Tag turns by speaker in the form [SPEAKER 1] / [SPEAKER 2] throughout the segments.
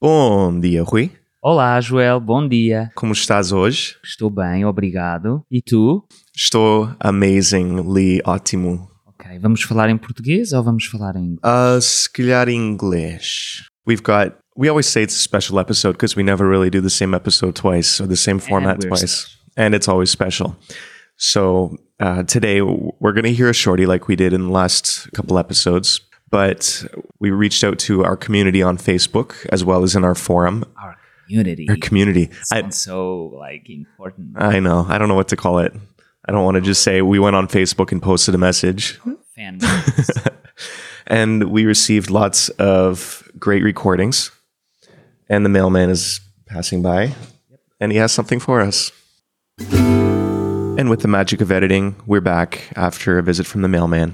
[SPEAKER 1] Bom dia, Rui.
[SPEAKER 2] Olá, Joel, bom dia.
[SPEAKER 1] Como estás hoje?
[SPEAKER 2] Estou bem, obrigado. E tu?
[SPEAKER 1] Estou amazingly ótimo.
[SPEAKER 2] Ok, vamos falar em português ou vamos falar em inglês?
[SPEAKER 1] Uh, se calhar em inglês. We've got. We always say it's a special episode because we never really do the same episode twice or the same format
[SPEAKER 2] we're
[SPEAKER 1] twice. And it's always special. So uh, today w- we're going to hear a shorty like we did in the last couple episodes. But we reached out to our community on Facebook as well as in our forum,
[SPEAKER 2] Our community.
[SPEAKER 1] our community. I,
[SPEAKER 2] Sounds so like important.
[SPEAKER 1] I know. I don't know what to call it. I don't want to just say we went on Facebook and posted a message.
[SPEAKER 2] Fan. mails.
[SPEAKER 1] and we received lots of great recordings. And the mailman is passing by, and he has something for us. And with the magic of editing, we're back after a visit from the mailman.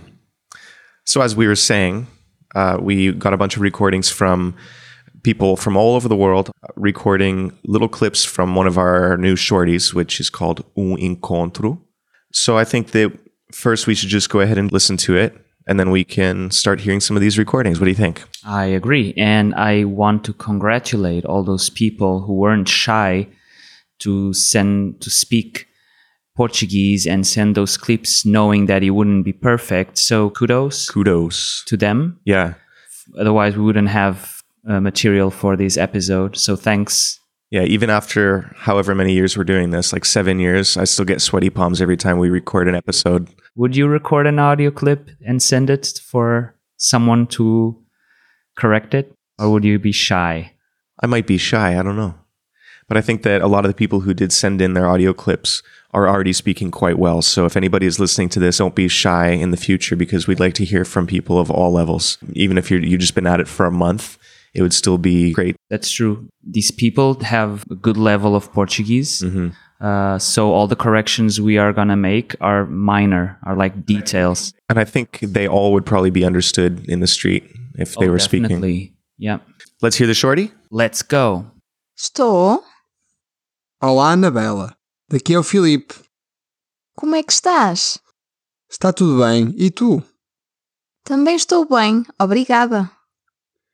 [SPEAKER 1] So, as we were saying, uh, we got a bunch of recordings from people from all over the world, uh, recording little clips from one of our new shorties, which is called Un Encontro. So I think that first we should just go ahead and listen to it, and then we can start hearing some of these recordings. What do you think?
[SPEAKER 2] I agree. And I want to congratulate all those people who weren't shy to send to speak Portuguese and send those clips knowing that it wouldn't be perfect. So kudos
[SPEAKER 1] Kudos.
[SPEAKER 2] to them.
[SPEAKER 1] Yeah.
[SPEAKER 2] Otherwise, we wouldn't have uh, material for this episode. So thanks.
[SPEAKER 1] Yeah. Even after however many years we're doing this, like seven years, I still get sweaty palms every time we record an episode.
[SPEAKER 2] Would you record an audio clip and send it for someone to correct it? Or would you be shy?
[SPEAKER 1] I might be shy. I don't know. But I think that a lot of the people who did send in their audio clips are already speaking quite well. So if anybody is listening to this, don't be shy in the future because we'd like to hear from people of all levels. Even if you're, you've just been at it for a month, it would still be great.
[SPEAKER 2] That's true. These people have a good level of Portuguese.
[SPEAKER 1] Mm-hmm.
[SPEAKER 2] Uh, so all the corrections we are going to make are minor, are like details.
[SPEAKER 1] And I think they all would probably be understood in the street if they were speaking.
[SPEAKER 2] Oh, Definitely. Yeah.
[SPEAKER 1] Let's hear the shorty.
[SPEAKER 2] Let's go.
[SPEAKER 3] Estou.
[SPEAKER 4] Olá, Anabela. Daqui é o Filipe.
[SPEAKER 3] Como é que estás?
[SPEAKER 4] Está tudo bem? E tu?
[SPEAKER 3] Também estou bem, obrigada.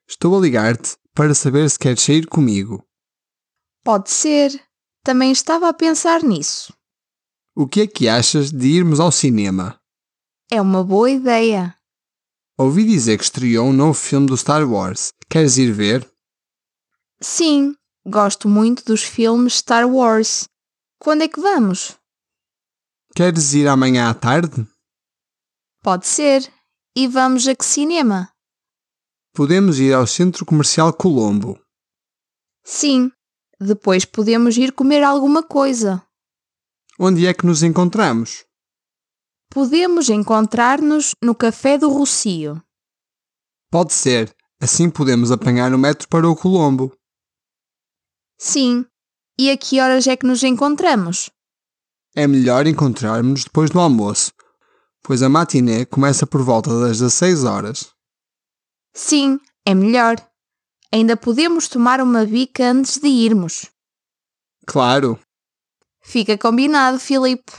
[SPEAKER 4] Estou a ligar-te para saber se queres sair comigo.
[SPEAKER 3] Pode ser. Também estava a pensar nisso.
[SPEAKER 4] O que é que achas de irmos ao cinema?
[SPEAKER 3] É uma boa ideia.
[SPEAKER 4] Ouvi dizer que estreou um novo filme do Star Wars. Queres ir ver?
[SPEAKER 3] Sim, gosto muito dos filmes Star Wars. Quando é que vamos?
[SPEAKER 4] Queres ir amanhã à tarde?
[SPEAKER 3] Pode ser. E vamos a que cinema?
[SPEAKER 4] Podemos ir ao Centro Comercial Colombo.
[SPEAKER 3] Sim. Depois podemos ir comer alguma coisa.
[SPEAKER 4] Onde é que nos encontramos?
[SPEAKER 3] Podemos encontrar-nos no Café do Rocio.
[SPEAKER 4] Pode ser. Assim podemos apanhar o metro para o Colombo.
[SPEAKER 3] Sim. E a que horas é que nos encontramos?
[SPEAKER 4] É melhor encontrarmos-nos depois do almoço, pois a matiné começa por volta das 16 horas.
[SPEAKER 3] Sim, é melhor. Ainda podemos tomar uma bica antes de irmos.
[SPEAKER 4] Claro,
[SPEAKER 3] Fica combinado, Filipe.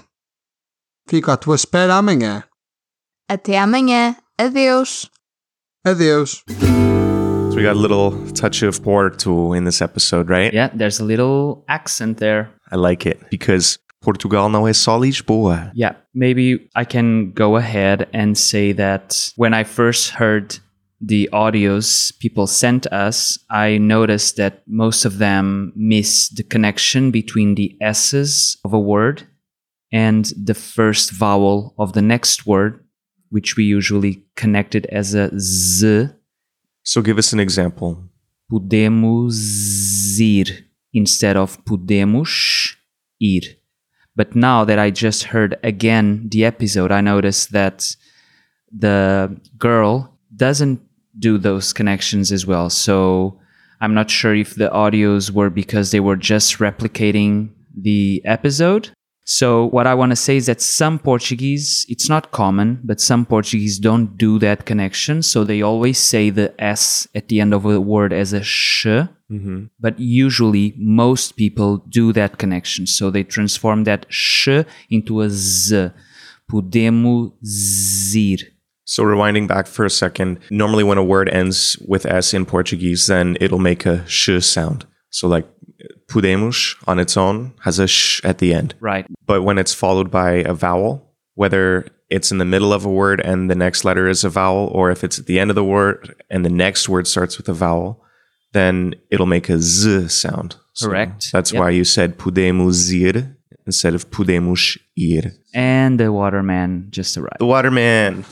[SPEAKER 4] Fico à tua espera amanhã.
[SPEAKER 3] Até amanhã. Adeus.
[SPEAKER 4] Adeus.
[SPEAKER 1] So we got a little touch of Porto in this episode, right?
[SPEAKER 2] Yeah, there's a little accent there.
[SPEAKER 1] I like it because Portugal não é só Lisboa.
[SPEAKER 2] Yeah, maybe I can go ahead and say that when I first heard the audios people sent us, I noticed that most of them miss the connection between the S's of a word and the first vowel of the next word, which we usually connect it as a Z.
[SPEAKER 1] So give us an example.
[SPEAKER 2] Podemos ir instead of podemos ir. But now that I just heard again the episode, I noticed that the girl doesn't do those connections as well. So I'm not sure if the audios were because they were just replicating the episode. So what I want to say is that some Portuguese, it's not common, but some Portuguese don't do that connection. So they always say the S at the end of a word as a sh
[SPEAKER 1] Mm-hmm.
[SPEAKER 2] but usually most people do that connection. So they transform that sh into a z. Podemos ir.
[SPEAKER 1] So, rewinding back for a second, normally when a word ends with S in Portuguese, then it'll make a sh sound. So, like podemos on its own has a sh at the end.
[SPEAKER 2] Right.
[SPEAKER 1] But when it's followed by a vowel, whether it's in the middle of a word and the next letter is a vowel, or if it's at the end of the word and the next word starts with a vowel, then it'll make a z sound. So
[SPEAKER 2] Correct.
[SPEAKER 1] That's
[SPEAKER 2] Yep.
[SPEAKER 1] why you said podemos ir instead of podemos ir.
[SPEAKER 2] And the waterman just arrived.
[SPEAKER 1] The waterman.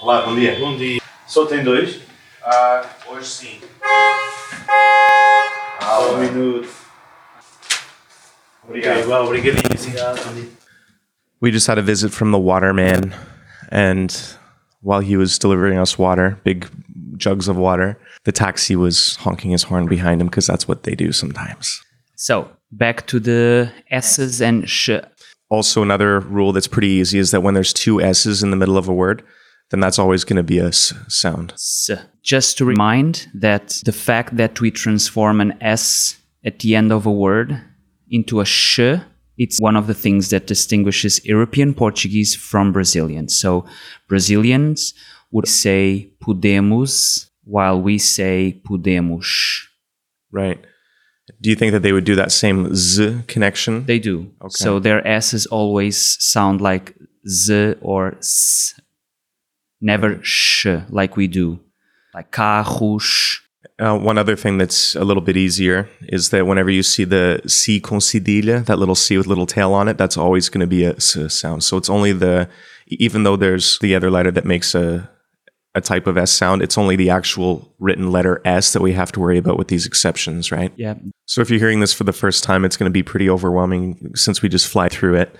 [SPEAKER 5] Olá, bom dia. Bom dia. Só tem dois? Ah, hoje sim. Ah, um minuto. Obrigado. É Igual, obrigadinho. Sim.
[SPEAKER 1] We just had a visit from the waterman, and while he was delivering us water, big jugs of water, the taxi was honking his horn behind him because that's what they do sometimes.
[SPEAKER 2] So back to the S's and sh.
[SPEAKER 1] Also, another rule that's pretty easy is that when there's two S's in the middle of a word, then that's always going to be a S sound.
[SPEAKER 2] S. Just to remind that the fact that we transform an S at the end of a word into a sh, it's one of the things that distinguishes European Portuguese from Brazilian. So Brazilians would say podemos while we say podemos.
[SPEAKER 1] Right. Do you think that they would do that same Z connection?
[SPEAKER 2] They do. So their s's always sound like z or s, never sh like we do, like carros.
[SPEAKER 1] Uh, one other thing that's a little bit easier is that whenever you see the C con cedilha, that little C with little tail on it, that's always going to be a S sound. So it's only the, e, even though there's the other letter that makes a, a type of S sound, it's only the actual written letter S that we have to worry about with these exceptions, right?
[SPEAKER 2] Yeah,
[SPEAKER 1] So if you're hearing this for the first time, it's going to be pretty overwhelming since we just fly through it.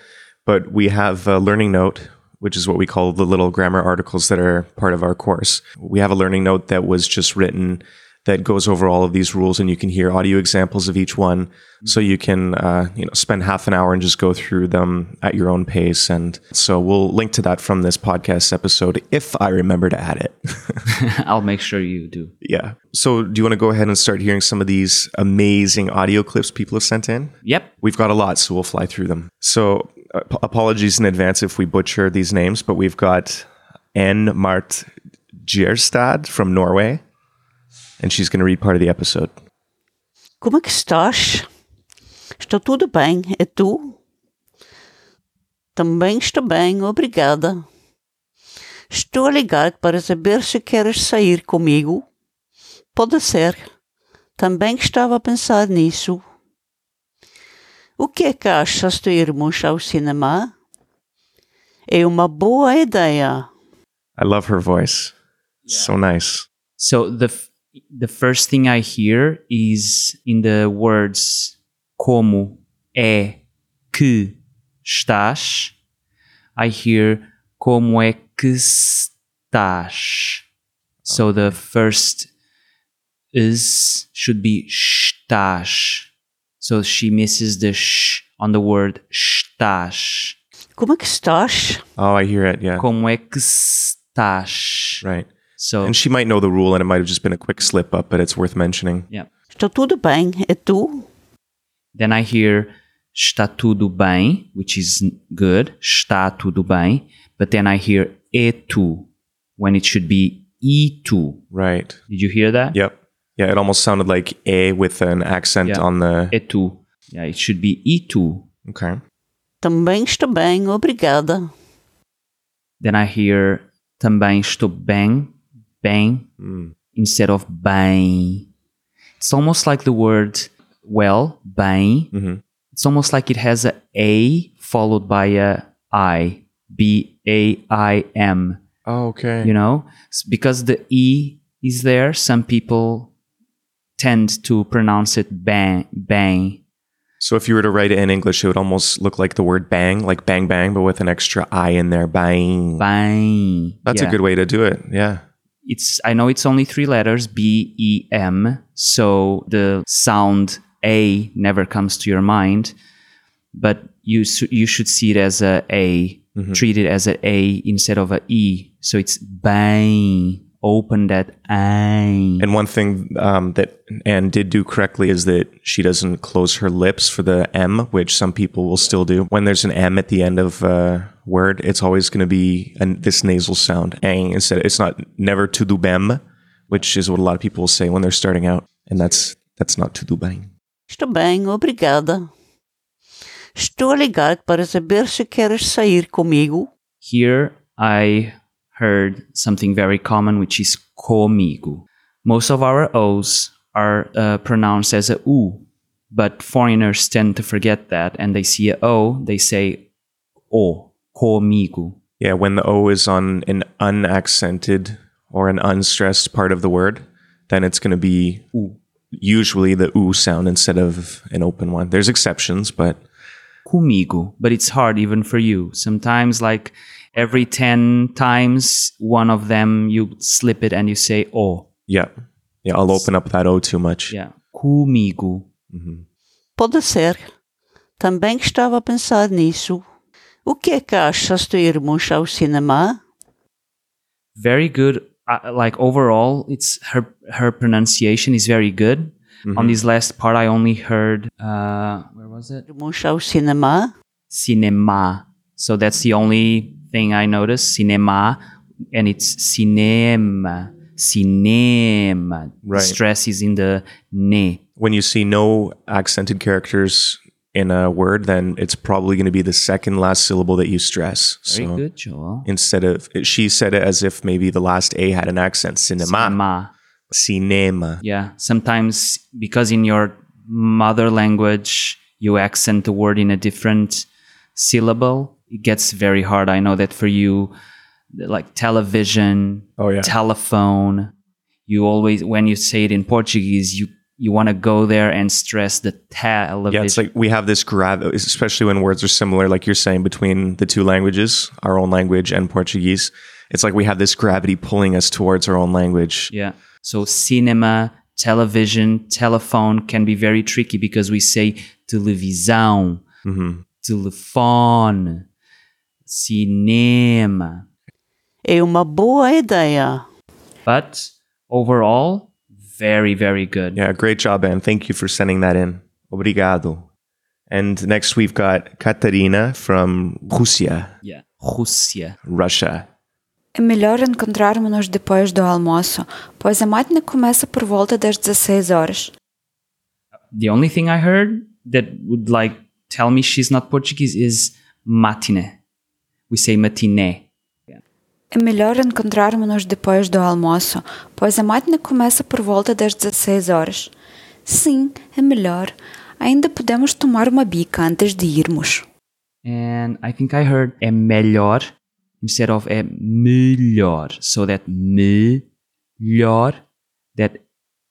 [SPEAKER 1] But we have a learning note, which is what we call the little grammar articles that are part of our course. We have a learning note that was just written that goes over all of these rules, and you can hear audio examples of each one. So you can, uh, you know, spend half an hour and just go through them at your own pace. And so we'll link to that from this podcast episode if I remember to add it.
[SPEAKER 2] I'll make sure you do.
[SPEAKER 1] yeah. So do you want to go ahead and start hearing some of these amazing audio clips people have sent in?
[SPEAKER 2] Yep.
[SPEAKER 1] We've got a lot, so we'll fly through them. So, uh, p- apologies in advance if we butcher these names, but we've got Anne Mart Gjerstad from Norway, and she's going to read part of the episode.
[SPEAKER 6] Como é que estás? Estou tudo bem, é tu? Também estou bem, obrigada. Estou a ligar para saber se queres sair comigo. Pode ser. Também estava a pensar nisso. O que é que achas de irmos ao cinema? É uma boa ideia.
[SPEAKER 1] I love her voice. So nice.
[SPEAKER 2] So the f- the first thing I hear is in the words e como é que estás. I hear e como é que estás. So the first is should be estás. So she misses the sh on the word estás.
[SPEAKER 6] Como é que estás?
[SPEAKER 1] Oh, I hear it. Yeah.
[SPEAKER 2] Como é que estás?
[SPEAKER 1] Right.
[SPEAKER 2] e So
[SPEAKER 1] And she might know the rule, and it might have just been a quick slip up, but it's worth mentioning.
[SPEAKER 2] yeah.
[SPEAKER 6] Estou tudo bem, é tu?
[SPEAKER 2] Then I hear está tudo bem, which is n- good, está tudo bem. But then I hear e tu when it should be e tu.
[SPEAKER 1] Right.
[SPEAKER 2] Did you hear that?
[SPEAKER 1] Yep. Yeah. It almost sounded like A with an accent
[SPEAKER 2] Yeah.
[SPEAKER 1] on the.
[SPEAKER 2] E tu. Yeah, it should be e tu.
[SPEAKER 1] okay.
[SPEAKER 6] Também estou bem, obrigada.
[SPEAKER 2] Then I hear também estou bem, bem
[SPEAKER 1] Mm.
[SPEAKER 2] instead of bem. It's almost like the word well, bem.
[SPEAKER 1] hmm
[SPEAKER 2] It's almost like it has a a followed by a i, b a i m.
[SPEAKER 1] Oh, okay.
[SPEAKER 2] you know S- because the e is there some people tend to pronounce it bang bang
[SPEAKER 1] So if you were to write it in English, it would almost look like the word bang, like bang bang, but with an extra I in there. Bang.
[SPEAKER 2] bang
[SPEAKER 1] That's a
[SPEAKER 2] Yeah.
[SPEAKER 1] good way to do it. Yeah.
[SPEAKER 2] it's i know it's only three letters b e m so the sound a never comes to your mind but you s- you should see it as
[SPEAKER 1] Mm-hmm.
[SPEAKER 2] a a treat it as a a instead of a e so it's bang open that eye.
[SPEAKER 1] And one thing um, that Anne did do correctly is that she doesn't close her lips for the M, which some people will still do. When there's an M at the end of a word, it's always going to be an, this nasal sound. Ang instead, it's not never to do bem, which is what a lot of people will say when they're starting out, and that's that's not to do bem.
[SPEAKER 6] Estou bem, obrigada. Estou a ligar para saber se queres sair comigo.
[SPEAKER 2] Here I heard something very common, which is comigo. Most of our O's are uh, pronounced as a U, but foreigners tend to forget that and they see a O, they say O, comigo.
[SPEAKER 1] Yeah, when the O is on an unaccented or an unstressed part of the word, then it's going to be usually the oo sound instead of an open one. There's exceptions, but
[SPEAKER 2] comigo, but it's hard even for you. Sometimes, like every 10 times, one of them you slip it and you say O.
[SPEAKER 1] yeah, yeah, I'll open up that O too much.
[SPEAKER 2] Yeah. Comigo.
[SPEAKER 6] Pode ser. Também estava a pensar nisso. O que é que achas de irmos ao cinema?
[SPEAKER 2] very good. Uh, like overall, it's her her pronunciation is very good.
[SPEAKER 1] Mm-hmm.
[SPEAKER 2] On this last part, I only heard uh, where was it?
[SPEAKER 6] Irmos ao cinema?
[SPEAKER 2] Cinema. So that's the only thing I noticed. Cinema, and it's cinema, cinema.
[SPEAKER 1] Right.
[SPEAKER 2] Stress is in the ne.
[SPEAKER 1] When you see no accented characters in a word, then it's probably going to be the second last syllable that you stress.
[SPEAKER 2] Very
[SPEAKER 1] so
[SPEAKER 2] good, Joel.
[SPEAKER 1] instead of she said it as if maybe the last A had an accent. Cinema,
[SPEAKER 2] Cinema.
[SPEAKER 1] cinema.
[SPEAKER 2] Yeah. Sometimes because in your mother language you accent the word in a different syllable, it gets very hard. I know that for you, like television,
[SPEAKER 1] Oh yeah,
[SPEAKER 2] telephone, you always when you say it in Portuguese, you you want to go there and stress the television.
[SPEAKER 1] yeah. It's like we have this grab, especially when words are similar, like you're saying between the two languages, our own language and Portuguese. It's like we have this gravity pulling us towards our own language.
[SPEAKER 2] Yeah. So cinema, television, telephone can be very tricky because we say televisão,
[SPEAKER 1] hmm
[SPEAKER 2] telefone, cinema.
[SPEAKER 6] É uma boa ideia.
[SPEAKER 2] But overall, very, very good.
[SPEAKER 1] Yeah, great job, Anne. Thank you for sending that in. Obrigado. And next we've got Katarina from Russia,
[SPEAKER 2] Yeah. Rússia.
[SPEAKER 1] Russia.
[SPEAKER 7] É melhor encontrarmos-nos depois do almoço, pois a matina começa por volta das 16 horas.
[SPEAKER 2] The only thing I heard that would like tell me she's not Portuguese is matine. We say matinee.
[SPEAKER 7] É melhor encontrarmos-nos depois do almoço, pois a matina começa por volta das 16 horas. Sim, é melhor. Ainda podemos tomar uma bica antes de irmos.
[SPEAKER 2] And I think I heard é melhor instead of é melhor. So that melhor, that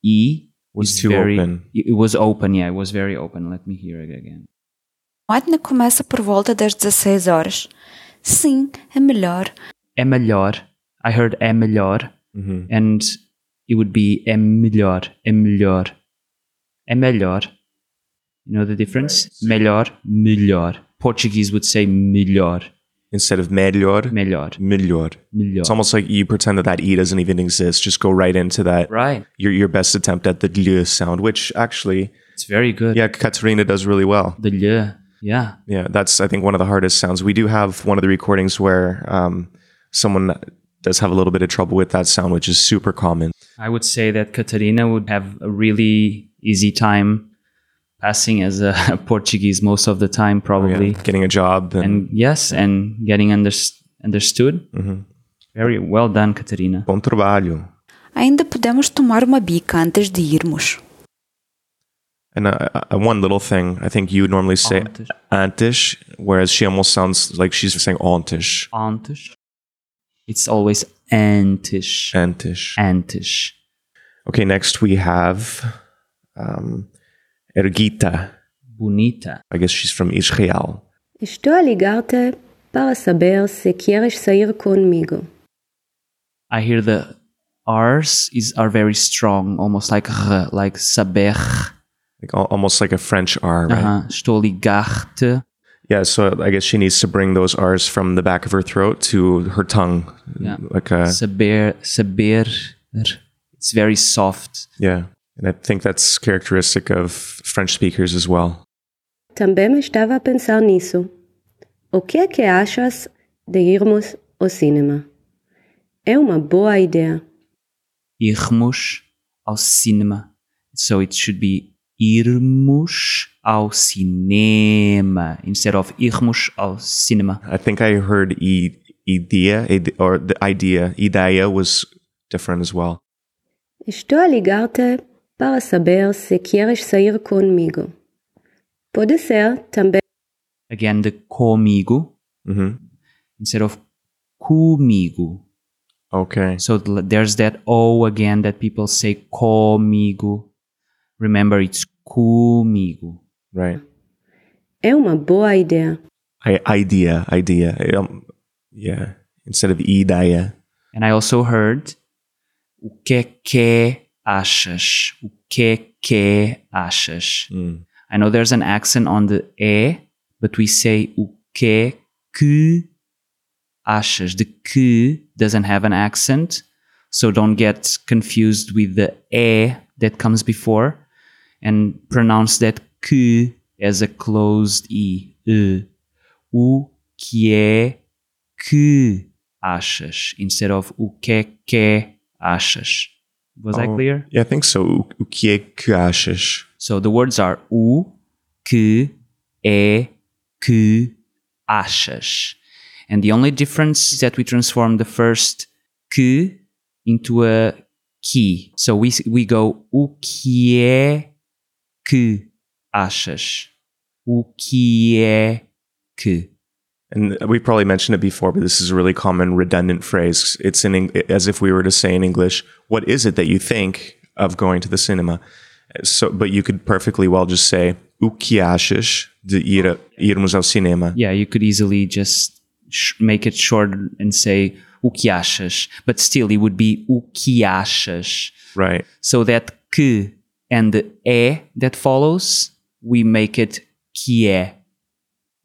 [SPEAKER 2] E
[SPEAKER 1] Was
[SPEAKER 2] is
[SPEAKER 1] too
[SPEAKER 2] very-
[SPEAKER 1] open.
[SPEAKER 2] It it was open, yeah, it was very open. Let me hear it again.
[SPEAKER 7] A matina começa por volta das 16 horas. Sim, é melhor.
[SPEAKER 2] É melhor. I heard é melhor.
[SPEAKER 1] hmm
[SPEAKER 2] and it would be é melhor, é melhor, é melhor. You know the difference? Melhor, melhor. Portuguese would say melhor,
[SPEAKER 1] Instead of melhor,
[SPEAKER 2] melhor,
[SPEAKER 1] melhor.
[SPEAKER 2] melhor.
[SPEAKER 1] It's almost like you pretend that that E doesn't even exist. Just go right into that.
[SPEAKER 2] right.
[SPEAKER 1] Your, your best attempt at the gl sound, which actually,
[SPEAKER 2] It's very good.
[SPEAKER 1] yeah, Katarina does really well.
[SPEAKER 2] The lhe. Yeah.
[SPEAKER 1] Yeah, that's I think one of the hardest sounds. We do have one of the recordings where um, someone does have a little bit of trouble with that sound, which is super common.
[SPEAKER 2] I would say that Catarina would have a really easy time passing as a Portuguese most of the
[SPEAKER 1] Oh,
[SPEAKER 2] time,
[SPEAKER 1] Yeah,
[SPEAKER 2] probably.
[SPEAKER 1] getting a job and,
[SPEAKER 2] And yes, and getting unders- understood.
[SPEAKER 1] Mm-hmm.
[SPEAKER 2] Very well done, Catarina.
[SPEAKER 1] bom trabalho.
[SPEAKER 7] Ainda podemos tomar uma bica antes de irmos.
[SPEAKER 1] And uh, uh, one little thing, I think you normally say
[SPEAKER 2] Antes.
[SPEAKER 1] antes, whereas she almost sounds like she's saying ontish,
[SPEAKER 2] antes. It's always antes.
[SPEAKER 1] antish.
[SPEAKER 2] Antes.
[SPEAKER 1] Okay, next we have um, Ergita.
[SPEAKER 2] Bonita.
[SPEAKER 1] I guess she's from Israel.
[SPEAKER 8] Estou a ligar-te para saber se queres sair comigo.
[SPEAKER 2] I hear the R's is are very strong, almost like R, like saber.
[SPEAKER 1] Like al- almost like a French R, right?
[SPEAKER 2] Uh-huh. Estou ligarte.
[SPEAKER 1] Yeah, so I guess she needs to bring those R's from the back of her throat to her tongue.
[SPEAKER 2] Yeah.
[SPEAKER 1] Like uh, a,
[SPEAKER 2] Saber, saber. It's very soft.
[SPEAKER 1] yeah. And I think that's characteristic of French speakers as well.
[SPEAKER 8] Também estava a pensar nisso. O que é que achas de irmos ao cinema? É uma boa ideia.
[SPEAKER 2] Irmos ao cinema. So it should be irmos ao cinema instead of irmos ao cinema.
[SPEAKER 1] I think I heard e, idea id- or the idea, idea was different as well.
[SPEAKER 8] Estou a ligar-te para saber se queres sair comigo. Pode ser também
[SPEAKER 2] Again, the comigo
[SPEAKER 1] hmm
[SPEAKER 2] instead of comigo.
[SPEAKER 1] Okay.
[SPEAKER 2] So th- there's that O again that people say comigo. Remember, it's comigo.
[SPEAKER 1] Right.
[SPEAKER 8] é uma boa ideia.
[SPEAKER 1] I, idea, idea. Um, yeah. Instead of idea.
[SPEAKER 2] And I also heard o que é que achas? O que é que achas?
[SPEAKER 1] Mm.
[SPEAKER 2] I know there's an accent on the E, but we say o que que achas. The que doesn't have an accent, so don't get confused with the E that comes before and pronounce that que as a closed E. E. O que é que achas instead of o que que achas. Was that
[SPEAKER 1] Oh,
[SPEAKER 2] clear?
[SPEAKER 1] Yeah, I think so. O- O que é que achas?
[SPEAKER 2] So the words are e, o que é que achas. And the only difference is that we transform the first que into a que. So we we go e, o que é que achas. O que é que.
[SPEAKER 1] And we probably mentioned it before, but this is a really common redundant phrase. It's in Eng- as if we were to say in English, "What is it that you think of going to the cinema?" So, but you could perfectly well just say "O que achas de ir a- irmos ao cinema?"
[SPEAKER 2] Yeah, you could easily just sh- make it short and say o que achas, but still it would be o que achas.
[SPEAKER 1] Right.
[SPEAKER 2] so that que and the e that follows, we make it que.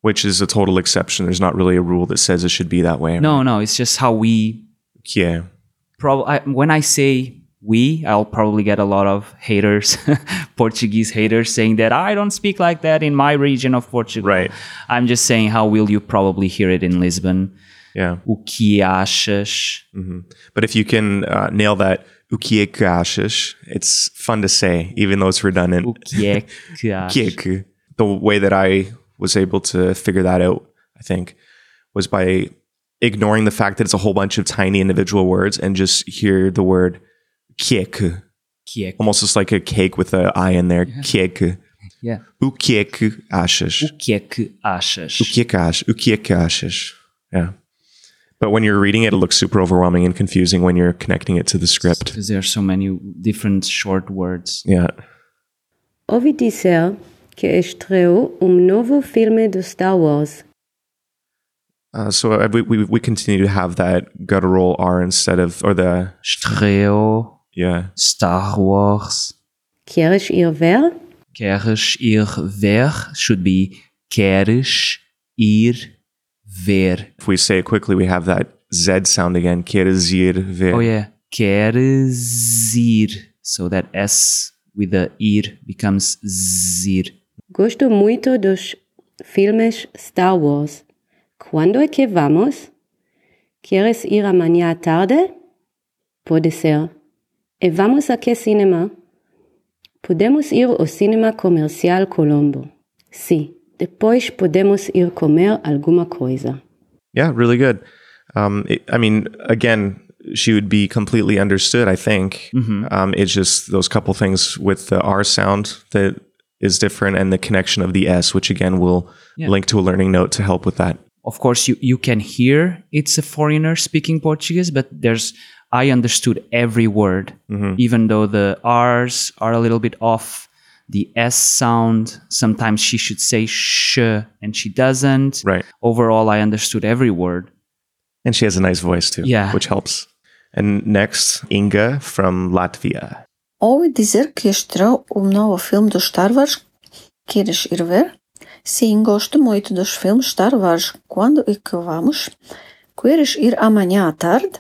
[SPEAKER 1] Which is a total exception. There's not really a rule that says it should be that way.
[SPEAKER 2] No, no, it's just how we.
[SPEAKER 1] Que.
[SPEAKER 2] Prob- I, when I say we, I'll probably get a lot of haters, Portuguese haters, saying that I don't speak like that in my region of Portugal.
[SPEAKER 1] Right.
[SPEAKER 2] I'm just saying how will you probably hear it in Lisbon?
[SPEAKER 1] Yeah.
[SPEAKER 2] O que achas?
[SPEAKER 1] But if you can uh, nail that "O que é que achas," it's fun to say, even though it's redundant.
[SPEAKER 2] O que é que achas?
[SPEAKER 1] kick. The way that I was able to figure that out, I think, was by ignoring the fact that it's a whole bunch of tiny individual words and just hear the word kick,
[SPEAKER 2] Que é que-
[SPEAKER 1] almost just like a cake with an I in there. Kick.
[SPEAKER 2] Yeah.
[SPEAKER 1] O que é que achas?
[SPEAKER 2] O que é que achas?
[SPEAKER 1] O que é que achas? O que é que achas? Yeah. But when you're reading it, it looks super overwhelming and confusing when you're connecting it to the script.
[SPEAKER 2] Because there are so many different short words.
[SPEAKER 1] Yeah.
[SPEAKER 8] Ouvi dizer que estreou um novo filme do Star Wars.
[SPEAKER 1] Uh, so uh, we, we, we continue to have that guttural R instead of, or the,
[SPEAKER 2] Estreou
[SPEAKER 1] yeah.
[SPEAKER 2] Star Wars.
[SPEAKER 8] Queres ir ver?
[SPEAKER 2] Queres ir ver? Should be queres ir ver.
[SPEAKER 1] if we say it quickly, we have that Z sound again. Kerizir ver.
[SPEAKER 2] Oh yeah, queres ir. So that S with the ir becomes zir.
[SPEAKER 8] Gosto muito dos filmes Star Wars. Quando é que vamos? Queres ir amanhã à tarde? Pode ser. E vamos a que cinema? Podemos ir ao cinema comercial Colombo. Sim, depois podemos ir comer alguma coisa.
[SPEAKER 1] Yeah, really good. Um, it- I mean, again, she would be completely understood, I think.
[SPEAKER 2] Mm-hmm.
[SPEAKER 1] Um, it's just those couple things with the R sound that is different and the connection of the S, which again will
[SPEAKER 2] Yeah.
[SPEAKER 1] link to a learning note to help with that.
[SPEAKER 2] Of course, you, you can hear it's a foreigner speaking Portuguese, but there's I understood every word, even though the R's are a little bit off. The S sound, sometimes she should say sh and she doesn't.
[SPEAKER 1] Right.
[SPEAKER 2] overall i understood every word
[SPEAKER 1] And she has a nice voice too,
[SPEAKER 2] Yeah.
[SPEAKER 1] which helps. And next, Inga from Latvia.
[SPEAKER 9] Ouvi dizer que estreou o novo filme do Star Wars. Queres ir ver? Sim, gosto muito dos filmes Star Wars. Quando e que vamos? Queres ir amanhã à tarde?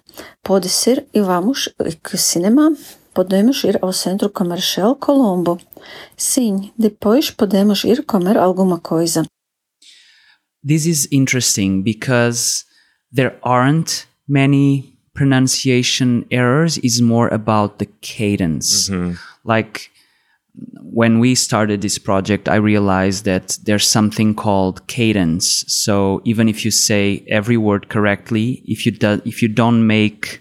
[SPEAKER 9] Pode ser e vamos e que cinema? Podemos ir ao Centro Comercial Colombo. Sim, depois podemos ir comer alguma coisa.
[SPEAKER 2] this is interesting because there aren't many pronunciation errors it's more about the cadence like when we started this project i realized that there's something called cadence so even if you say every word correctly if you do, if you don't make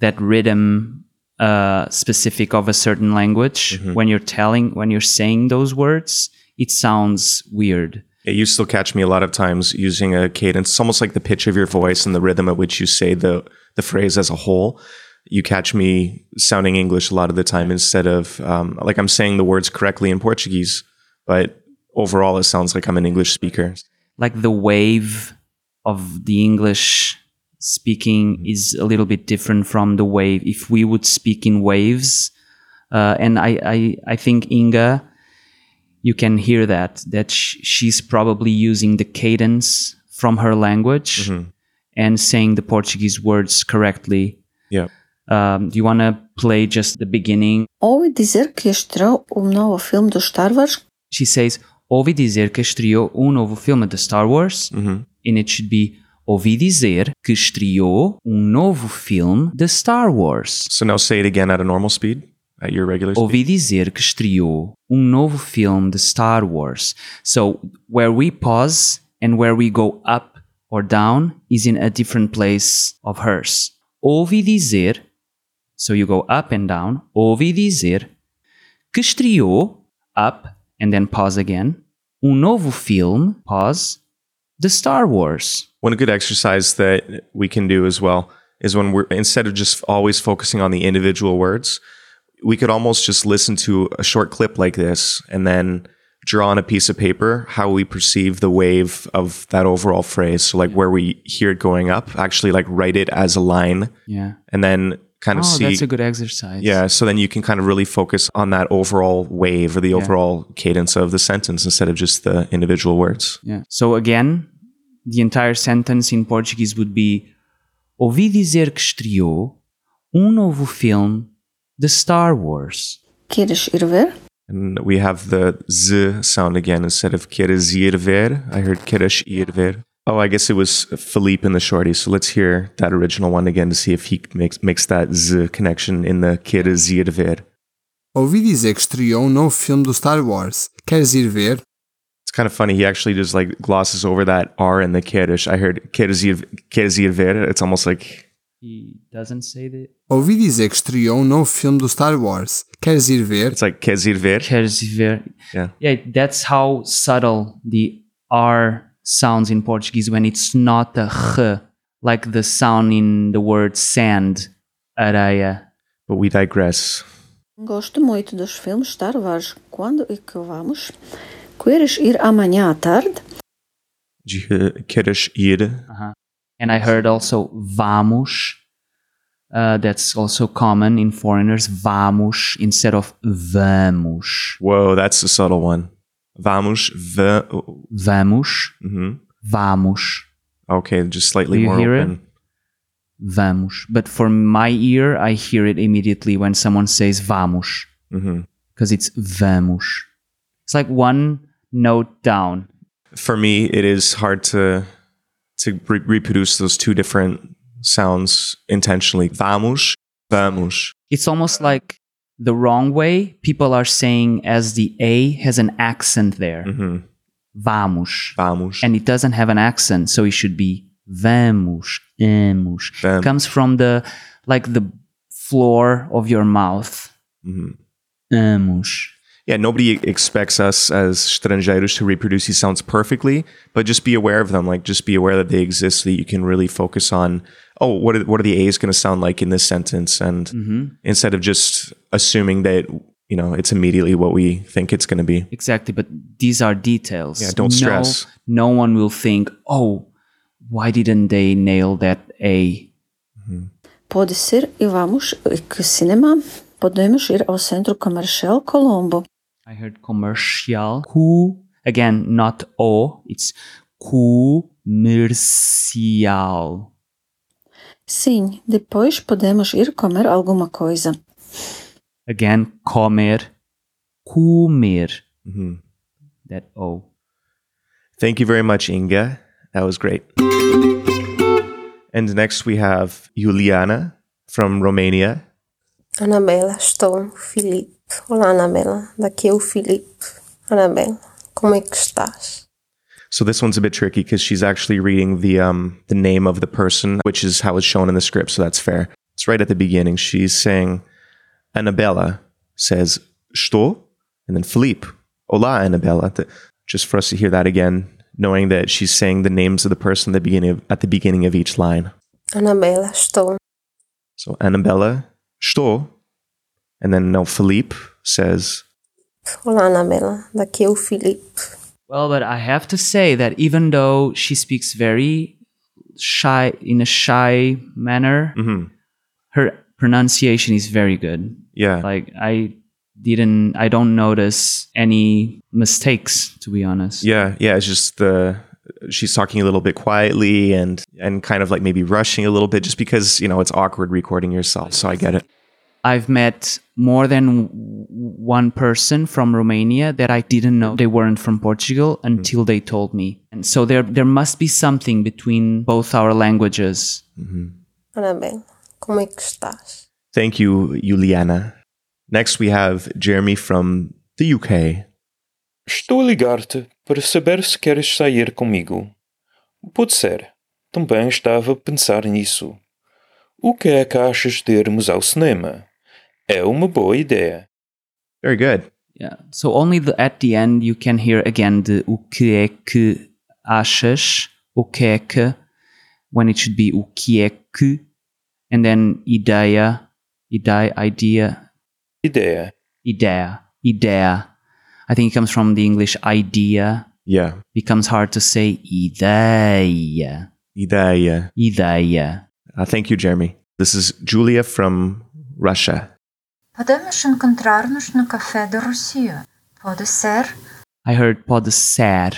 [SPEAKER 2] that rhythm uh, specific of a certain language when you're telling when you're saying those words it sounds weird
[SPEAKER 1] Yeah, you still catch me a lot of times using a cadence. It's almost like the pitch of your voice and the rhythm at which you say the the phrase as a whole. You catch me sounding English a lot of the time instead of um, like I'm saying the words correctly in Portuguese, but overall it sounds like I'm an English speaker.
[SPEAKER 2] like the wave of the English speaking is a little bit different from the wave. If we would speak in waves, uh, and I, I, I think Inga, you can hear that that sh- she's probably using the cadence from her language
[SPEAKER 1] Mm-hmm.
[SPEAKER 2] and saying the Portuguese words correctly.
[SPEAKER 1] Yeah.
[SPEAKER 2] Um, do you want to play just the beginning?
[SPEAKER 9] Ouvi dizer que estreou um novo filme do Star Wars.
[SPEAKER 2] She says, "Ouvi dizer que estreou um novo filme de Star Wars."
[SPEAKER 1] Mm-hmm.
[SPEAKER 2] and it should be ouvi dizer que estreou um novo filme de Star Wars.
[SPEAKER 1] So now say it again at a normal speed, at your regular speed.
[SPEAKER 2] Ouvi dizer que estreou um novo filme de Star Wars. So where we pause and where we go up or down is in a different place of hers. Ouvi dizer, so you go up and down. Ouvi dizer que estreou up and then pause again. Um novo filme, pause, de Star Wars.
[SPEAKER 1] One good exercise that we can do as well is when we're instead of just always focusing on the individual words, we could almost just listen to a short clip like this and then draw on a piece of paper how we perceive the wave of that overall phrase. So like where we hear it going up, actually like write it as a line
[SPEAKER 2] Yeah.
[SPEAKER 1] and then kind of
[SPEAKER 2] oh,
[SPEAKER 1] see
[SPEAKER 2] that's a good exercise.
[SPEAKER 1] yeah, so then you can kind of really focus on that overall wave or the overall cadence of the sentence instead of just the individual words.
[SPEAKER 2] Yeah. So again, the entire sentence in Portuguese would be: Ouvi dizer que estreou um novo filme de Star Wars.
[SPEAKER 9] Queres ir ver?
[SPEAKER 1] And we have the z sound again instead of queres ir ver. I heard queres ir ver. Oh, I guess it was Philippe in the shorty. So let's hear that original one again to see if he makes makes that z connection in the queres ir ver.
[SPEAKER 4] Ouvi dizer que estreou um novo filme do Star Wars. Queres ir ver?
[SPEAKER 1] It's kind of funny. He actually just like glosses over that r in the queres. I heard queres ir queres ir ver. It's almost like
[SPEAKER 2] He doesn't say that.
[SPEAKER 4] Ouvi dizer que estreou um novo filme do Star Wars. Queres ir ver?
[SPEAKER 1] it's like queres ir ver.
[SPEAKER 2] Queres ver?
[SPEAKER 1] Yeah.
[SPEAKER 2] Yeah. That's how subtle the R sounds in Portuguese when it's not a r, like the sound in the word sand, areia.
[SPEAKER 1] But we digress.
[SPEAKER 9] Gosto muito dos filmes Star Wars. Quando e que vamos? Queres ir amanhã à tarde?
[SPEAKER 1] Did you hear queres ir?
[SPEAKER 2] Uh-huh. And I heard also vamos. Uh, that's also common in foreigners. Vamos instead of vamos.
[SPEAKER 1] Whoa, that's a subtle one. Vamos oh, ver.
[SPEAKER 2] Vamos.
[SPEAKER 1] hmm
[SPEAKER 2] Vamos.
[SPEAKER 1] Okay, just slightly
[SPEAKER 2] Do you
[SPEAKER 1] more
[SPEAKER 2] hear it?
[SPEAKER 1] open.
[SPEAKER 2] Vamos. But for my ear, I hear it immediately when someone says vamos
[SPEAKER 1] hmm
[SPEAKER 2] because it's vamos. It's like one note down.
[SPEAKER 1] For me, it is hard to to re- reproduce those two different sounds intentionally. Vamos, vamos.
[SPEAKER 2] It's almost like the wrong way people are saying as the A has an accent there.
[SPEAKER 1] Mhm.
[SPEAKER 2] Vamos.
[SPEAKER 1] Vamos.
[SPEAKER 2] and it doesn't have an accent, so it should be vamos, vamos.
[SPEAKER 1] Vam-
[SPEAKER 2] Comes from the like the floor of your mouth.
[SPEAKER 1] Mhm.
[SPEAKER 2] Vamos.
[SPEAKER 1] Yeah, nobody expects us as strangeiros to reproduce these sounds perfectly, but just be aware of them. Like, just be aware that they exist so that you can really focus on, oh, what are, what are the A's going to sound like in this sentence? And instead of just assuming that, you know, it's immediately what we think it's going to be.
[SPEAKER 2] Exactly, but these are details.
[SPEAKER 1] Yeah, don't
[SPEAKER 2] No-
[SPEAKER 1] stress.
[SPEAKER 2] No, one will think, oh, why didn't they nail that A?
[SPEAKER 9] Pode ser e vamos e que cinema? Podemos ir ao Centro Comercial Colombo.
[SPEAKER 2] I heard commercial. Who? Again, not o, it's comercial.
[SPEAKER 9] Sim, depois podemos ir comer alguma coisa.
[SPEAKER 2] Again, comer, comer,
[SPEAKER 1] Mhm.
[SPEAKER 2] that o.
[SPEAKER 1] Thank you very much, Inga. That was great. And next we have Juliana from Romania.
[SPEAKER 10] Anabela, estou, Filipe. Olá, Anabela. Daqui é o Filipe. Anabela, como é que estás?
[SPEAKER 1] So this one's a bit tricky because she's actually reading the um, the name of the person, which is how it's shown in the script. So that's fair. It's right at the beginning. She's saying, Annabella says "sto," and then Philippe, "Hola, Annabella." Th- Just for us to hear that again, knowing that she's saying the names of the person at the beginning of, at the beginning of each line.
[SPEAKER 10] Anabela, estou.
[SPEAKER 1] So Annabella, "sto," and then now Philippe says,
[SPEAKER 10] Olá, Anabela. Daqui é o Filipe.
[SPEAKER 2] Well, but I have to say that even though she speaks very shy, in a shy manner,
[SPEAKER 1] mm-hmm,
[SPEAKER 2] her pronunciation is very good.
[SPEAKER 1] "Yeah."
[SPEAKER 2] Like, I didn't, I don't notice any mistakes, to be honest.
[SPEAKER 1] Yeah, yeah. It's just the she's talking a little bit quietly and and kind of like maybe rushing a little bit just because you know it's awkward recording yourself. So I get it.
[SPEAKER 2] I've met more than w- one person from Romania that I didn't know they weren't from Portugal until they told me. And so there there must be something between both our languages.
[SPEAKER 10] Anabela, como é que estás?
[SPEAKER 1] Thank you, Juliana. Next we have Jeremy from the UK.
[SPEAKER 11] Estou a ligar-te para saber se queres sair comigo. Pode ser. Também estava a pensar nisso. O que é que achas de irmos ao cinema? É uma boa ideia.
[SPEAKER 1] Very good.
[SPEAKER 2] Yeah. So only the, at the end you can hear again the o que é que achas, o que é que, when it should be o que é que, and then ideia, ideia, idea,
[SPEAKER 11] Ideia.
[SPEAKER 2] idea, idea. I think it comes from the English idea.
[SPEAKER 1] Yeah,
[SPEAKER 2] becomes hard to say ideia.
[SPEAKER 1] Idaya.
[SPEAKER 2] Ideia.
[SPEAKER 1] Uh, thank you, Jeremy. This is Julia from Russia.
[SPEAKER 12] Podemos encontrar-nos no café da Rússia. Pode ser?
[SPEAKER 2] I heard pode ser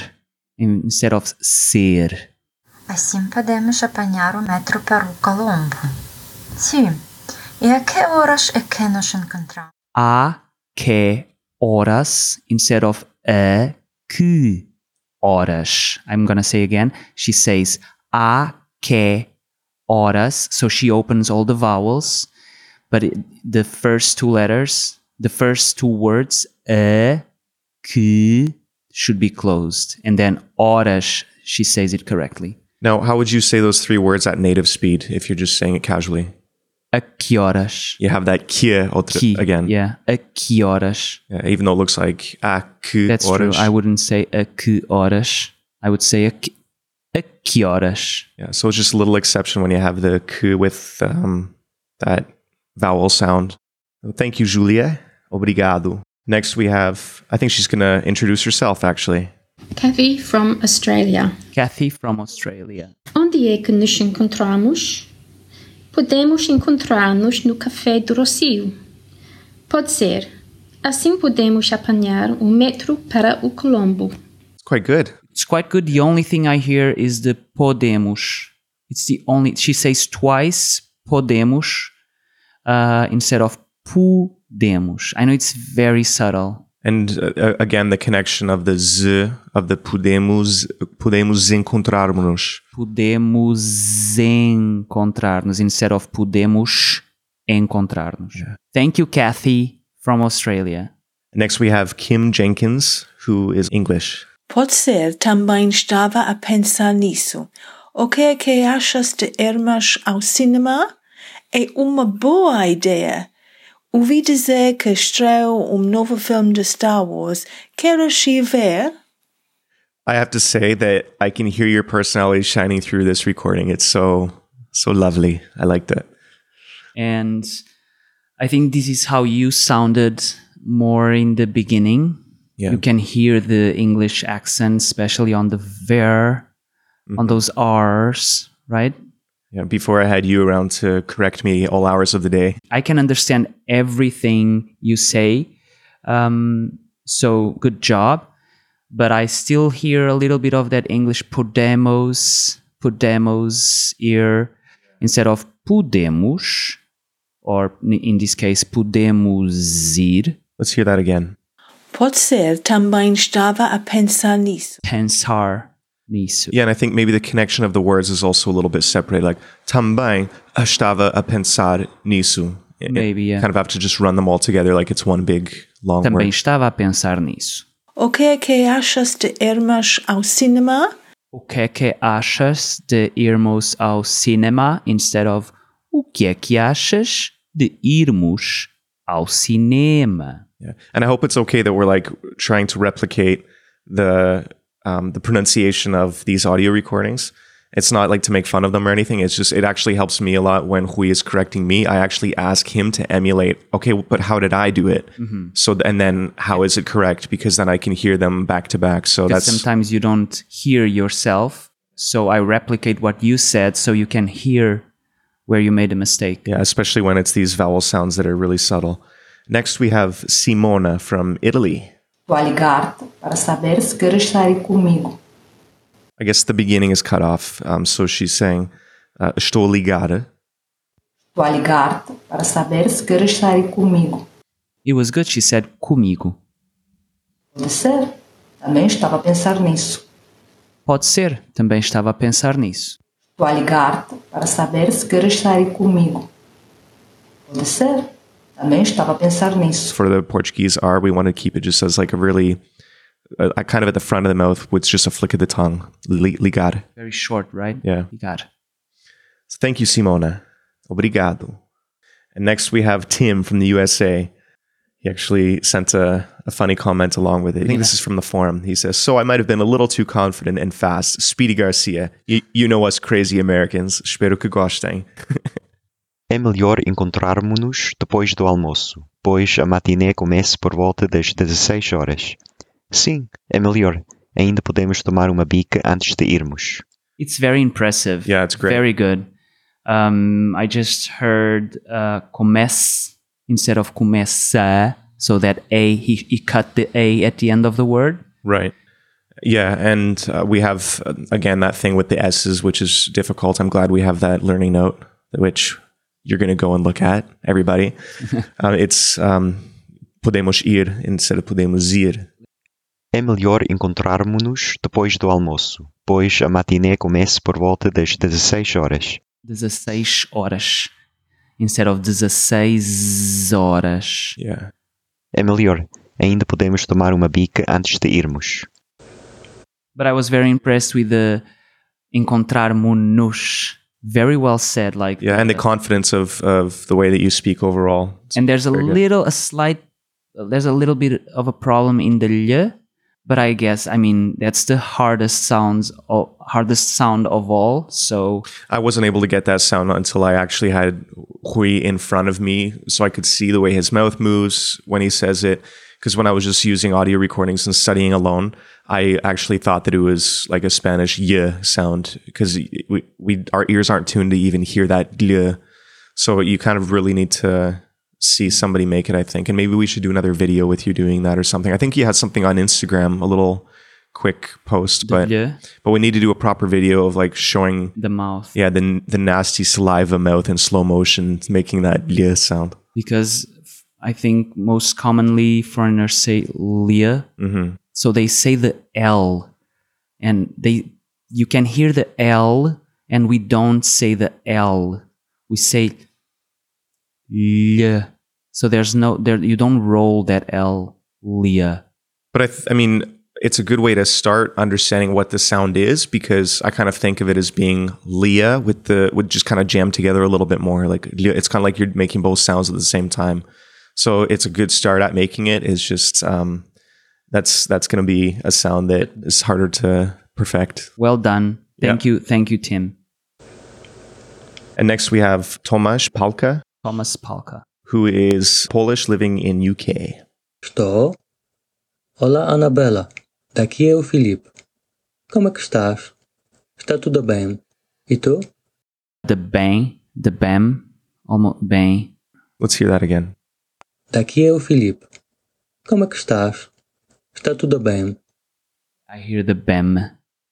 [SPEAKER 2] instead of ser.
[SPEAKER 12] Assim podemos apanhar o metro para o Colombo. Sim. E a que horas é que nos encontramos?
[SPEAKER 2] A que horas instead of a que horas. I'm gonna say again. She says a que horas. So she opens all the vowels, but it, the first two letters, the first two words, a que, should be closed, and then horas. She says it correctly.
[SPEAKER 1] Now, how would you say those three words at native speed if you're just saying it casually?
[SPEAKER 2] A que horas?
[SPEAKER 1] You have that kia otra-
[SPEAKER 2] Que,
[SPEAKER 1] again.
[SPEAKER 2] Yeah. A que horas?
[SPEAKER 1] Yeah, even though it looks like a ku
[SPEAKER 2] That's
[SPEAKER 1] orange.
[SPEAKER 2] true. I wouldn't say a que horas. I would say a que, a que horas.
[SPEAKER 1] Yeah, so it's just a little exception when you have the ku with um, that vowel sound. Thank you, Julia. Obrigado. Next, we have, I think she's going to introduce herself, actually.
[SPEAKER 13] Kathy from Australia.
[SPEAKER 2] Kathy from Australia.
[SPEAKER 13] Onde é que nos encontramos? Podemos encontrar-nos no Café do Rocio. Pode ser. Assim podemos apanhar o metro para o Colombo.
[SPEAKER 1] It's quite good.
[SPEAKER 2] It's quite good. The only thing I hear is the podemos. It's the only. She says twice podemos uh, instead of podemos. I know it's very subtle.
[SPEAKER 1] And uh, uh, again, the connection of the z, of the podemos, podemos encontrarmos.
[SPEAKER 2] Podemos encontrar-nos instead of podemos encontrar-nos. Thank you, Kathy from Australia.
[SPEAKER 1] Next, we have Kim Jenkins, who is English.
[SPEAKER 14] Pode ser, também estava a pensar nisso. O que é que achas de irmos ao cinema? É uma boa ideia. Ouvi dizer que estreou um novo filme de Star Wars. Queres ir ver?
[SPEAKER 1] I have to say that I can hear your personality shining through this recording. It's so, so lovely. I liked it.
[SPEAKER 2] And I think this is how you sounded more in the beginning.
[SPEAKER 1] Yeah.
[SPEAKER 2] You can hear the English accent, especially on the ver, on those R's, right?
[SPEAKER 1] Yeah, before I had you around to correct me all hours of the day.
[SPEAKER 2] I can understand everything you say. Um, so good job. but I still hear a little bit of that English podemos, podemos here instead of podemos, or n- in this case, podemos ir.
[SPEAKER 1] Let's hear that again.
[SPEAKER 14] Pode ser, também estava a pensar nisso.
[SPEAKER 2] Pensar nisso.
[SPEAKER 1] Yeah, and I think maybe the connection of the words is also a little bit separated. Like também estava a pensar nisso. It- it
[SPEAKER 2] Maybe, yeah.
[SPEAKER 1] Kind of have to just run them all together like it's one big long
[SPEAKER 2] Também
[SPEAKER 1] word.
[SPEAKER 2] estava a pensar nisso.
[SPEAKER 14] O que é que achas de irmos ao cinema?
[SPEAKER 2] O que é que achas de irmos ao cinema instead of o que é que achas de irmos ao cinema?
[SPEAKER 1] Yeah. And I hope it's okay that we're like trying to replicate the um, the pronunciation of these audio recordings. It's not like to make fun of them or anything. It's just it actually helps me a lot when Hui is correcting me. I actually ask him to emulate. Okay, but how did I do it?
[SPEAKER 2] Mhm.
[SPEAKER 1] So and then how is it correct? Because then I can hear them back to back. So
[SPEAKER 2] Because
[SPEAKER 1] that's
[SPEAKER 2] sometimes you don't hear yourself, so I replicate what you said so you can hear where you made a mistake.
[SPEAKER 1] yeah, especially when it's these vowel sounds that are really subtle. Next, we have Simona from Italy.
[SPEAKER 15] Vou ligar-te para saber se queres sair comigo.
[SPEAKER 1] I guess the beginning is cut off. Um, so she's saying, uh, "Estou ligada."
[SPEAKER 15] Vou ligar-te para saber se queres sair comigo.
[SPEAKER 2] It was good, she said comigo.
[SPEAKER 15] Pode ser. Também estava a pensar nisso.
[SPEAKER 2] Pode ser, também estava a pensar nisso.
[SPEAKER 15] Vou ligar-te para saber se queres sair comigo. Pode ser. Também estava a pensar nisso.
[SPEAKER 1] for the Portuguese R, we want to keep it just as like a really, uh, uh, kind of at the front of the mouth with just a flick of the tongue. Li- Ligar.
[SPEAKER 2] Very short, right?
[SPEAKER 1] Yeah.
[SPEAKER 2] Ligar.
[SPEAKER 1] So thank you, Simona. Obrigado. And next we have Tim from the USA. He actually sent a, a funny comment along with it. I think this is from the forum. He says, So I might have been a little too confident and fast. Speedy Garcia, you, you know us crazy Americans. Espero que gostem.
[SPEAKER 16] É melhor encontrarmos-nos depois do almoço, pois a matiné começa por volta das 16 horas. Sim, é melhor. Ainda podemos tomar uma bica antes de irmos.
[SPEAKER 2] It's very impressive. Yeah, it's great. Very good. Um, I just heard uh, comes instead of começa, so that a he, he cut the a at the end of the word.
[SPEAKER 1] Right. Yeah, and uh, we have uh, again that thing with the S's, which is difficult. I'm glad we have that learning note, which you're going to go and look at, everybody. uh, it's um, podemos ir instead of podemos ir.
[SPEAKER 16] É melhor encontrarmos-nos depois do almoço, pois a matiné começa por volta das 16 horas.
[SPEAKER 2] 16 horas instead of 16 horas.
[SPEAKER 1] Yeah.
[SPEAKER 16] É melhor. Ainda podemos tomar uma bica antes de irmos.
[SPEAKER 2] But I was very impressed with the encontrarmos. Very well said. Like
[SPEAKER 1] Yeah, and the confidence of of the way that you speak overall.
[SPEAKER 2] and there's a
[SPEAKER 1] Very good.
[SPEAKER 2] little a slight there's a little bit of a problem in the l but i guess i mean that's the hardest sounds o- hardest sound of all so
[SPEAKER 1] I wasn't able to get that sound until I actually had Hui in front of me so I could see the way his mouth moves when he says it. Because when I was just using audio recordings and studying alone, I actually thought that it was like a Spanish y sound because we, we our ears aren't tuned to even hear that y. So you kind of really need to see somebody make it, I think. And maybe we should do another video with you doing that or something. I think you had something on Instagram, a little quick post, but
[SPEAKER 2] yeah.
[SPEAKER 1] but we need to do a proper video of like showing
[SPEAKER 2] the mouth.
[SPEAKER 1] Yeah, the the nasty saliva mouth in slow motion, making that yeah sound.
[SPEAKER 2] because f- i think most commonly foreigners say lia
[SPEAKER 1] Mhm.
[SPEAKER 2] so they say the l and they you can hear the l and we don't say the l we say l so there's no there you don't roll that l lia
[SPEAKER 1] But I, th- I mean, it's a good way to start understanding what the sound is because I kind of think of it as being Leah with the with just kind of jammed together a little bit more. Like Leah- it's kind of like you're making both sounds at the same time. So it's a good start at making it. It's just um, that's that's going to be a sound that is harder to perfect.
[SPEAKER 2] Well done. Thank you. Thank you, Tim.
[SPEAKER 1] And next we have Tomasz Palka,
[SPEAKER 2] Thomas Palka.
[SPEAKER 1] who is Polish living in UK.
[SPEAKER 17] Estou. Olá, Anabela. Daqui é o Filipe. Como é que estás? Está tudo bem? E tu?
[SPEAKER 2] The bang, the bam, almost bang.
[SPEAKER 1] Let's hear that again.
[SPEAKER 17] Daqui é o Filipe. Como é que estás? Está tudo bem?
[SPEAKER 2] I hear the bem.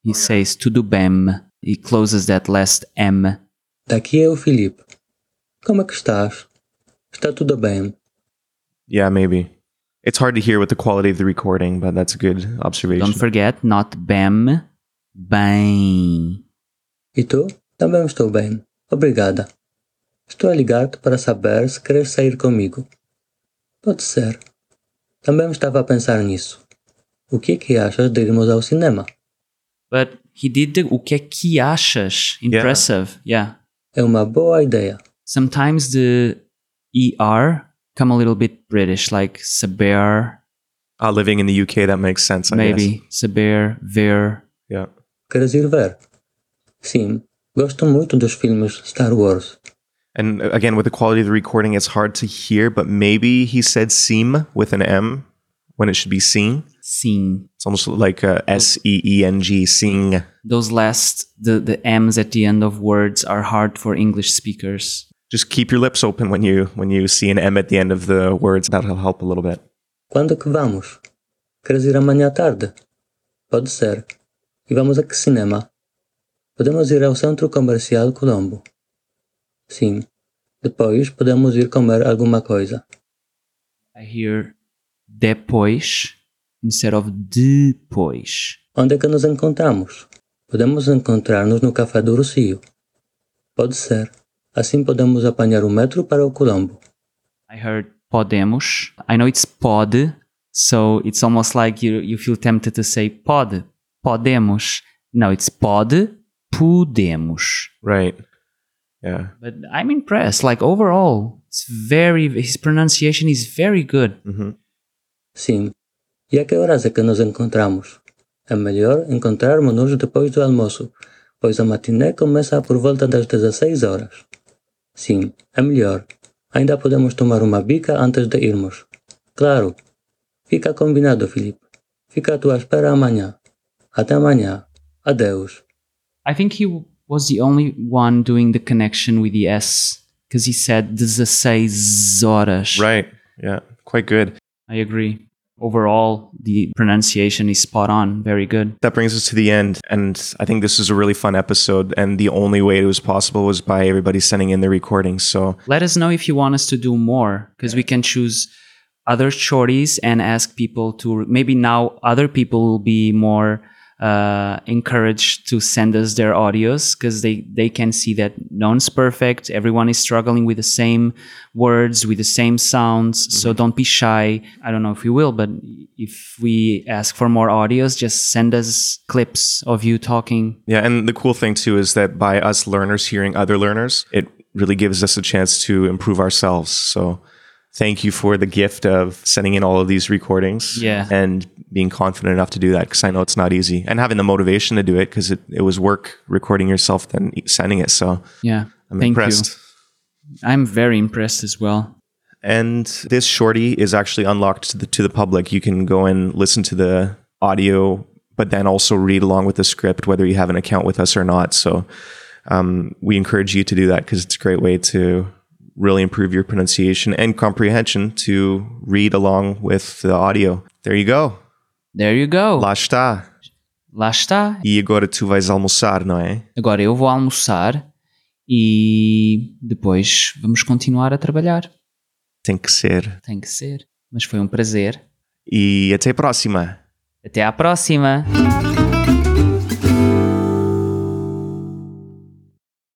[SPEAKER 2] He
[SPEAKER 1] Oh,
[SPEAKER 2] says tudo bem. E He closes that last M.
[SPEAKER 17] Daqui é o Filipe. Como é que estás? Está tudo bem?
[SPEAKER 1] Yeah, maybe. It's hard to hear with the quality of the recording, but that's a good observation.
[SPEAKER 2] Don't forget, not bem, bem.
[SPEAKER 17] E tu? Também estou bem. Obrigada. Estou a ligar-te para saber se queres sair comigo. Pode ser. Também estava a pensar nisso. O que é que achas de irmos ao cinema?
[SPEAKER 2] But he did the o que é que achas? Impressive. Yeah.
[SPEAKER 17] É uma boa ideia.
[SPEAKER 2] Sometimes the ER come a little bit British, like saber,
[SPEAKER 1] Ah, living in the UK, that makes sense, I
[SPEAKER 2] maybe
[SPEAKER 1] guess.
[SPEAKER 2] saber, ver.
[SPEAKER 1] Yeah.
[SPEAKER 17] Queres ir ver? Sim, gosto muito dos filmes Star Wars.
[SPEAKER 1] And uh, again, with the quality of the recording, it's hard to hear, but maybe he said seem with an M when it should be sing.
[SPEAKER 2] Sing.
[SPEAKER 1] It's almost like uh, S E E N G, sing.
[SPEAKER 2] Those last the the M's at the end of words are hard for English speakers.
[SPEAKER 1] Just keep your lips open when you when you see an M at the end of the words. That'll help a little bit.
[SPEAKER 17] Quando é que vamos? Queres ir amanhã à tarde? Pode ser. E vamos a que cinema? Podemos ir ao Centro Comercial Colombo. Sim. Depois podemos ir comer alguma coisa.
[SPEAKER 2] I hear depois instead of depois.
[SPEAKER 17] Onde é que nos encontramos? Podemos encontrar-nos no Café do Rocio. Pode ser. Assim podemos apanhar o metro para o Colombo.
[SPEAKER 2] I heard podemos. I know it's pod, so it's almost like you you feel tempted to say pod, podemos. No, it's pod, podemos.
[SPEAKER 1] Right. Yeah.
[SPEAKER 2] But I'm impressed. Like overall, it's very his pronunciation is very good.
[SPEAKER 17] Sim. E a que horas é que nos encontramos? É melhor encontrarmos-nos depois do almoço, pois a matiné começa por volta das 16 horas. Sim, é melhor. Ainda podemos tomar uma bica antes de irmos. Claro. Fica combinado, Filipe. Fica à tua espera amanhã. Até amanhã. Adeus.
[SPEAKER 2] I think he w- was the only one doing the connection with the S because he said 16 horas.
[SPEAKER 1] Right. Yeah. Quite good.
[SPEAKER 2] I agree. Overall, the pronunciation is spot on. Very good.
[SPEAKER 1] That brings us to the end. And I think this was a really fun episode. And the only way it was possible was by everybody sending in their recordings. So
[SPEAKER 2] Let us know if you want us to do more because we can choose other shorties and ask people to maybe now other people will be more uh, encouraged to send us their audios because they they can see that no one's perfect. Everyone is struggling with the same words, with the same sounds. So don't be shy. I don't know if we will, but if we ask for more audios, just send us clips of you talking
[SPEAKER 1] Yeah, and the cool thing too is that by us learners hearing other learners, it really gives us a chance to improve ourselves. So thank you for the gift of sending in all of these recordings
[SPEAKER 2] Yeah.
[SPEAKER 1] and being confident enough to do that because I know it's not easy and having the motivation to do it because it, it was work recording yourself then sending it. So
[SPEAKER 2] Yeah.
[SPEAKER 1] I'm
[SPEAKER 2] thank
[SPEAKER 1] impressed.
[SPEAKER 2] You. I'm very impressed as well.
[SPEAKER 1] And this shorty is actually unlocked to the, to the public. You can go and listen to the audio, but then also read along with the script, whether you have an account with us or not. So um, we encourage you to do that because it's a great way to really improve your pronunciation and comprehension to read along with the audio. There you go.
[SPEAKER 2] There you go.
[SPEAKER 1] Lá está.
[SPEAKER 2] Lá está.
[SPEAKER 1] E agora tu vais almoçar, não é?
[SPEAKER 2] Agora eu vou almoçar e depois vamos continuar a trabalhar.
[SPEAKER 1] Tem que ser.
[SPEAKER 2] Tem que ser. Mas foi um prazer.
[SPEAKER 1] E até a próxima.
[SPEAKER 2] Até à próxima.